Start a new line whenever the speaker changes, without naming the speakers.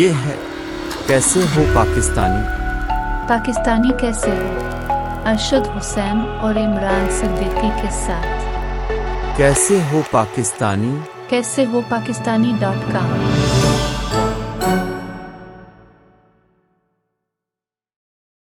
یہ ہے کیسے ہو پاکستانی
پاکستانی کیسے ہو ارشد حسین اور عمران صدیقی کے ساتھ
کیسے ہو پاکستانی
کیسے ہو پاکستانی ڈاٹ کام